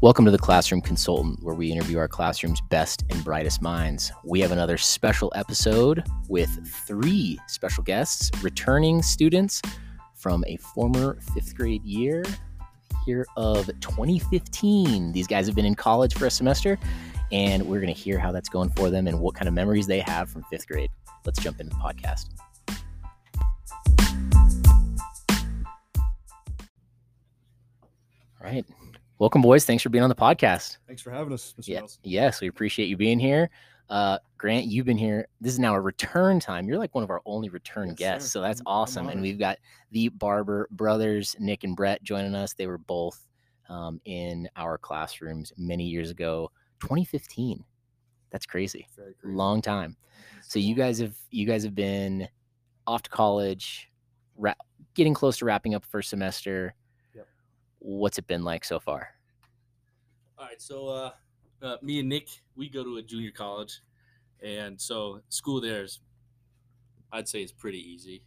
Welcome to the Classroom Consultant, where we interview our classroom's best and brightest minds. We have another special episode with three special guests, returning students from a former fifth grade year, year of 2015. These guys have been in college for a semester, and we're going to hear how that's going for them and what kind of memories they have from fifth grade. Let's jump into the podcast. All right. Welcome, boys. Thanks for being on the podcast. Thanks for having us, Mr. Yeah, Nelson. yes, we appreciate you being here. Uh, Grant, you've been here. This is now a return time. You're like one of our only return Yes, guests, sir. Mm-hmm. so that's I'm- I'm awesome. And honored. we've got the Barber brothers, Nick and Brett, joining us. They were both um, in our classrooms many years ago, 2015. That's crazy, Very great. long time. So you guys have you guys have been off to college, ra- getting close to wrapping up first semester. Yep. What's it been like so far? All right, so uh, uh, me and Nick, we go to a junior college, and so school there is, I'd say, is pretty easy.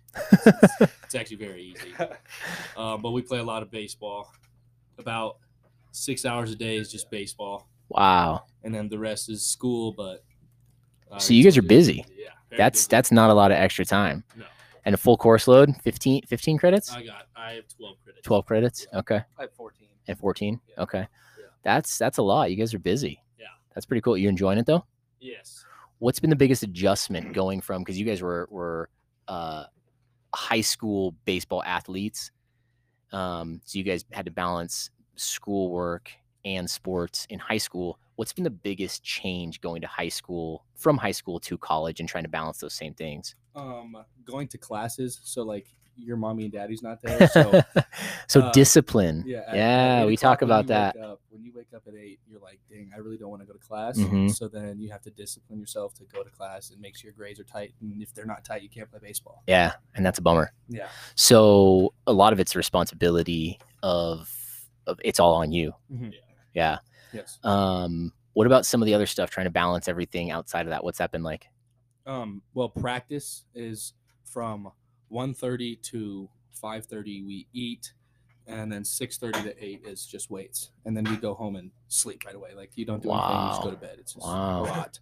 It's actually very easy. Um, but we play a lot of baseball. About six hours a day is just baseball, wow. and then the rest is school. But uh, So you guys are busy. Yeah, very that's busy. that's not a lot of extra time No. and a full course load 15 15 credits I got. I have twelve credits. 12 credits Yeah. okay I have 14. and 14 Yeah. okay Yeah. that's that's a lot you guys are busy Yeah. that's pretty cool you enjoying it though Yes. what's been the biggest adjustment going from because you guys were were uh high school baseball athletes um so you guys had to balance schoolwork and sports in high school what's been the biggest change going to high school from high school to college and trying to balance those same things Um, going to classes, so like your mommy and daddy's not there. So So uh, discipline. yeah, Yeah, at- at eight we o'clock talk when about you that. Wake up, when you wake up at eight, you're like, dang, I really don't want to go to class. Mhm. So then you have to discipline yourself to go to class and make sure your grades are tight. And if they're not tight, you can't play baseball. Yeah, and that's a bummer. Yeah, So a lot of it's the responsibility of, of it's all on you. Mhm. Yeah. yes. Um, what about some of the other stuff? Trying to balance everything outside of that. What's that been like? Um, well, practice is from 1.30 to 5.30 we eat and then 6.30 to 8 is just weights and then we go home and sleep right away like you don't do anything you just Wow. go to bed it's just Wow. a lot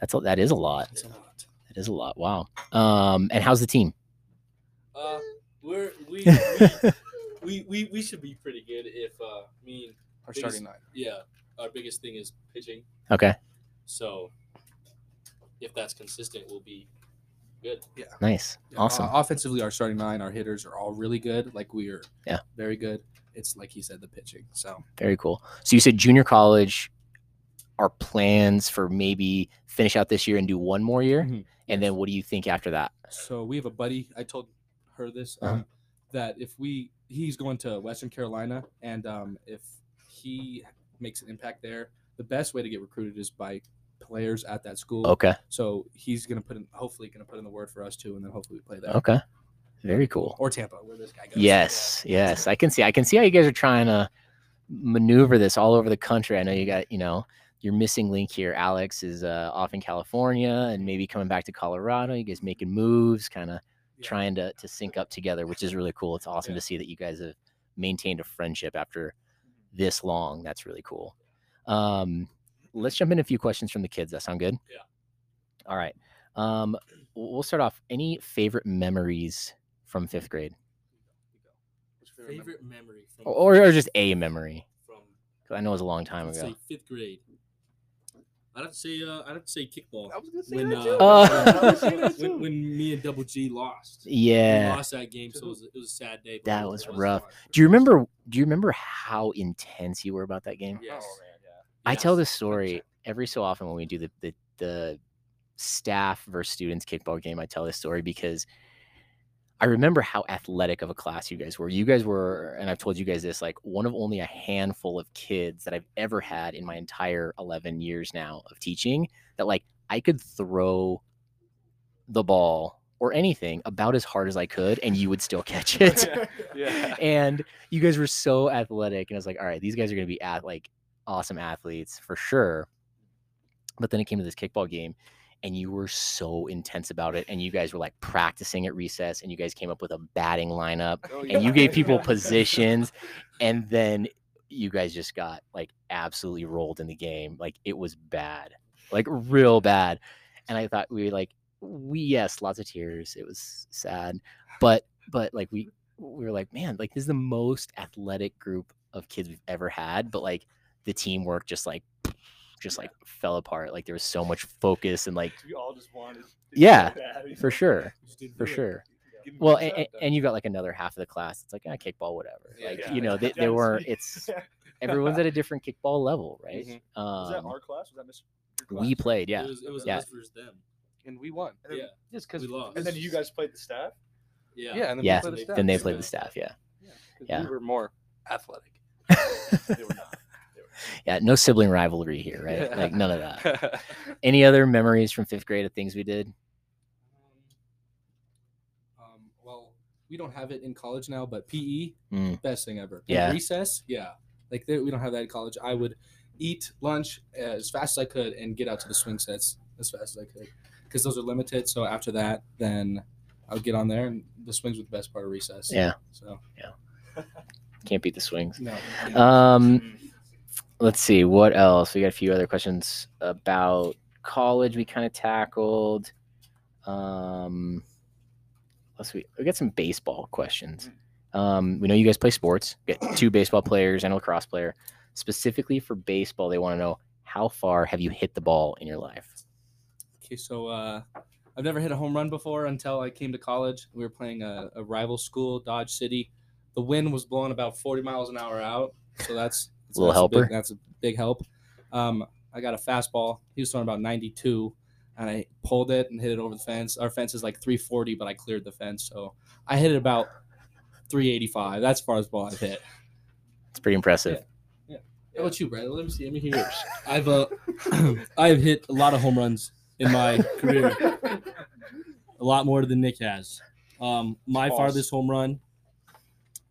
That's a, that is a lot. it's a lot That is a lot. Wow. Um, and how's the team? Uh, we're we we, we we we should be pretty good if uh, me and our Biggest- starting nine yeah, our biggest thing is pitching. Okay. So if that's consistent, we'll be good. Nice. Awesome. Uh, offensively our starting nine our hitters are all really good like we are Yeah. very good it's like he said the pitching so Very cool. So you said junior college. Our plans for maybe finish out this year and do one more year, Mhm. and then what do you think after that? so we have a buddy i told her this um, Uh-huh. that if we he's going to western carolina and um, if he makes an impact there the best way to get recruited is by players at that school Okay. so he's going to put in hopefully going to put in the word for us too and then hopefully we play there Okay. Very cool. or tampa where this guy goes Oh. Yes, yes, I can see. I can see how you guys are trying to maneuver this all over the country. I know you got, you know, your missing link here. Alex is uh, off in California and maybe coming back to Colorado. You guys making moves, kind of Yeah. trying to to sync up together, which is really cool. It's awesome Yeah. to see that you guys have maintained a friendship after Mm-hmm. this long. That's really cool. Um, let's jump in a few questions from the kids. That sound good? Yeah. All right. Um, w- we'll start off. Any favorite memories from fifth grade? Favorite memory from or, or just a memory from 'cause i know it was a long time I'd say ago fifth grade. I'd have to say uh, I'd have to say kickball. was gonna When, uh, Oh. when, when me and Double G lost, we yeah lost that game, so it was, it was a sad day. but That it was a rough. lot. do you remember do you remember how intense you were about that game Yes. i tell Yes. this story every so often when we do the the, the staff versus students kickball game i tell this story because I remember how athletic of a class you guys were. You guys were, and I've told you guys this, like one of only a handful of kids that I've ever had in my entire 11 years now of teaching that, like, I could throw the ball or anything about as hard as I could, and you would still catch it. and you guys were so athletic, and I was like, all right, these guys are going to be at like awesome athletes for sure. But then it came to this kickball game, and you were so intense about it, and you guys were like practicing at recess, Oh, and you guys came up with a batting lineup, and you gave people positions, and then you guys just got like absolutely rolled in the game. Like it was bad, like real bad. And I thought we like we yes, lots of tears. It was sad, but but like we we were like, man, like this is the most athletic group of kids we've ever had. But like the teamwork just like just like fell apart. Like there was so much focus and like We all just wanted. it Yeah, so bad, you for know? sure. We just didn't for do it. sure. Give me Well, a and, shot, and, though. and you've got like another half of the class. It's like ah, kickball, whatever. Yeah, like yeah, you know, like, they, that they was weren't. me. It's everyone's at a different kickball level, right? Mhm. Mm-hmm. Was that Um, our class? Was that Miss? your we class? played, yeah. It was, it was Yeah. us versus them. and we won. And then- yeah. Just because We lost. And then you guys played the staff. Yeah. yeah, and then Yeah, we played the Then they Stabs. played the staff, yeah. Yeah, 'cause Yeah. we were more athletic. They were not. Yeah, no sibling rivalry here, right? Like none of that. that. Any other memories from fifth grade of things we did? um, well, we don't have it in college now, but PE, Mm. best thing ever. Like, Yeah. recess, yeah. Like there, we don't have that in college. I would eat lunch as fast as I could and get out to the swing sets as fast as I could because those are limited. So after that, then I would get on there, and the swings were the best part of recess. Yeah. So Can't beat the swings. no. Um, Mm-hmm. let's see what else. We got a few other questions about college. We kind of tackled. Um, let's we we got some baseball questions. Um, we know you guys play sports. We got two baseball players and a lacrosse player. Specifically for baseball, they want to know how far have you hit the ball in your life? Okay, so uh, I've never hit a home run before until I came to college. We were playing a, a rival school, Dodge City. The wind was blowing about 40 miles an hour out, so that's, that's Little that's a big- helper. that's a big help. Um, I got a fastball. He was throwing about 92, and I pulled it and hit it over the fence. Our fence is like 340, but I cleared the fence, so I hit it about 385. That's as far as ball I've hit. It's pretty impressive. How about you, Brad? Let me see. Let me hear yours. I've uh, I've hit a lot of home runs in my career. a lot more than Nick has. Um, my Pause. farthest home run,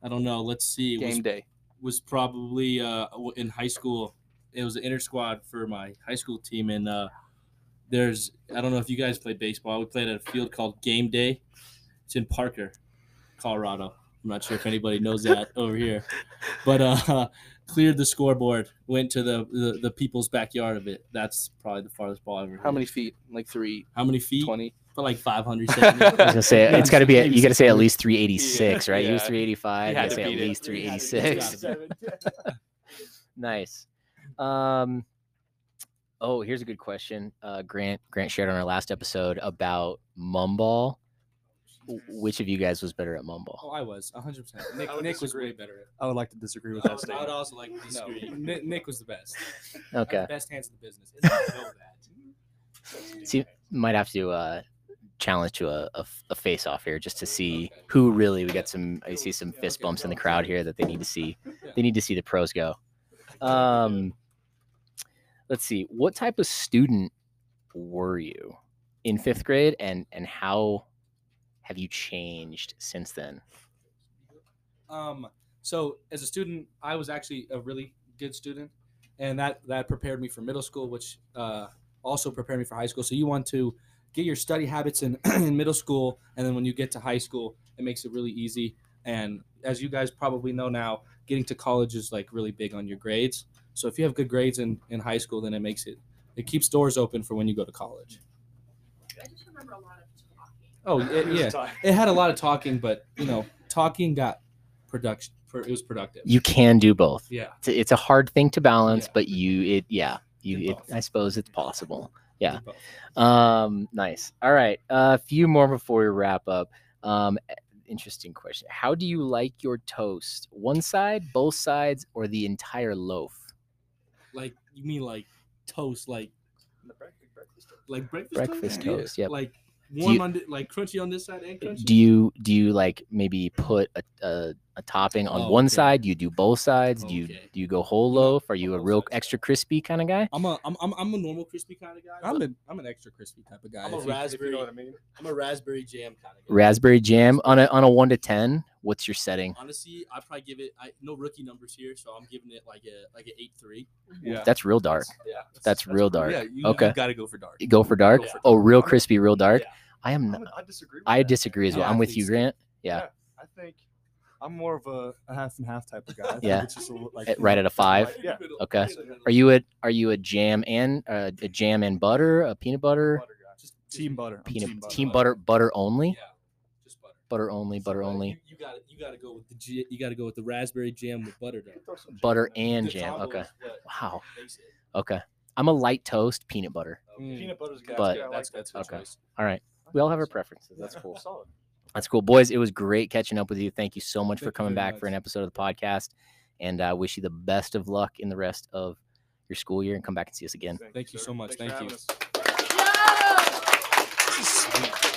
I don't know. Let's see, was, Game day. was probably uh, w- in high school. It was an inter squad for my high school team, and uh, there's I don't know if you guys played baseball. We played at a field called Game Day. It's in Parker, Colorado. I'm not sure if anybody knows that over here, but uh, cleared the scoreboard, went to the, the the people's backyard of it. That's probably the farthest ball I ever. How hit. many feet? Like three How many feet? twenty. But like 500. 700. I was gonna say Yeah, it's got to be. At, maybe you got to say at least 386, Yeah, right? He was yeah. 385. He had You got to to say at beat it. least Three hundred 386. seven. Nice. Um, oh, here's a good question. Uh, Grant Grant shared on our last episode about mumball. W- Which of you guys was better at Oh, mumball? I was 100. percent Nick, I would Nick disagree. was way better. I would like to disagree with At it. that I, would, I statement. would also like to No. disagree. Nick, Nick was the best. Okay, Best hands in the business. I know that. see, might have to uh, challenge to a, a f- a face off here just to see Okay. who really. We got some. I see some fist okay, bumps in the yeah. crowd here that they need to see. Yeah. They need to see the pros go. Um, let's see. What type of student were you in fifth grade, and and how have you changed since then? Um, so as a student, I was actually a really good student, and that that prepared me for middle school, which uh, also prepared me for high school. So you want to get your study habits in in middle school, and then when you get to high school, it makes it really easy. And as you guys probably know now, getting to college is like really big on your grades. So if you have good grades in in high school, then it makes it it keeps doors open for when you go to college. I just remember a lot of talking. Oh it, It was yeah, time. it had a lot of talking, but you know, talking got production. It was productive. You can do both. Yeah. It's a, it's a hard thing to balance, Yeah. but you it yeah you Do it, both. I suppose it's possible. Yeah. Did both. Um, nice. All right, uh, a few more before we wrap up. Um, e- interesting question. How do you like your toast? One side, both sides, or the entire loaf? like you mean like toast, like The breakfast- breakfast time. like breakfast. Breakfast Yeah. toast. Yep. Like warm you- on thi- like crunchy on this side and crunchy. do you do you like maybe put a, a, a topping on Oh, one okay. side? Do you do both sides? Do you Okay. do you go whole I'm not- loaf? Are you a both real sides. extra crispy kind of guy? I'm a I'm I'm, I'm a normal crispy kind of guy. I'm but an I'm an extra crispy type of guy. I'm a If you- If you raspberry. know what I mean. I'm a raspberry jam kind of guy. Raspberry jam on a on a one to ten. What's your setting? Honestly, I probably give it. I no rookie numbers here, so I'm giving it like a like an eight three. Yeah. That's real dark. Yeah, That's real dark. Yeah, you, Okay. you gotta go for dark. You Go for dark. Yeah. Oh, real crispy, real dark. Yeah. I am. I'm Not, a- I disagree. With I that. disagree as well. Yeah, I'm I with think you, so. Grant. Yeah. I think I'm more of a, a half and half type of guy. I think Yeah. It's just a, little, like, At- right at a five. Yeah. Okay. Are you a are you a jam and uh, a jam and butter, a peanut butter, Butter guy. Just team butter. I'm peanut team butter. team butter butter only, Yeah, just butter. butter only, butter So, like, only, You, you got You got to go with the j- you got to go with the raspberry jam with butter You though. can throw some jam butter in there. and The jam. combo Okay. is what Wow. makes it. Okay. I'm a light toast peanut butter. Mm. Peanut butter's good. But- yeah, I that's like that's a good Okay. choice. All right. that. We all have our preferences. That's Yeah, cool. Solid. That's cool. Boys, it was great catching up with you. Thank you so much for Thank you coming very back for an much. episode of the podcast. And uh, I wish you the best of luck in the rest of your school year and come back and see us again. Thank you sir. so much. Thanks for Thank having you. us.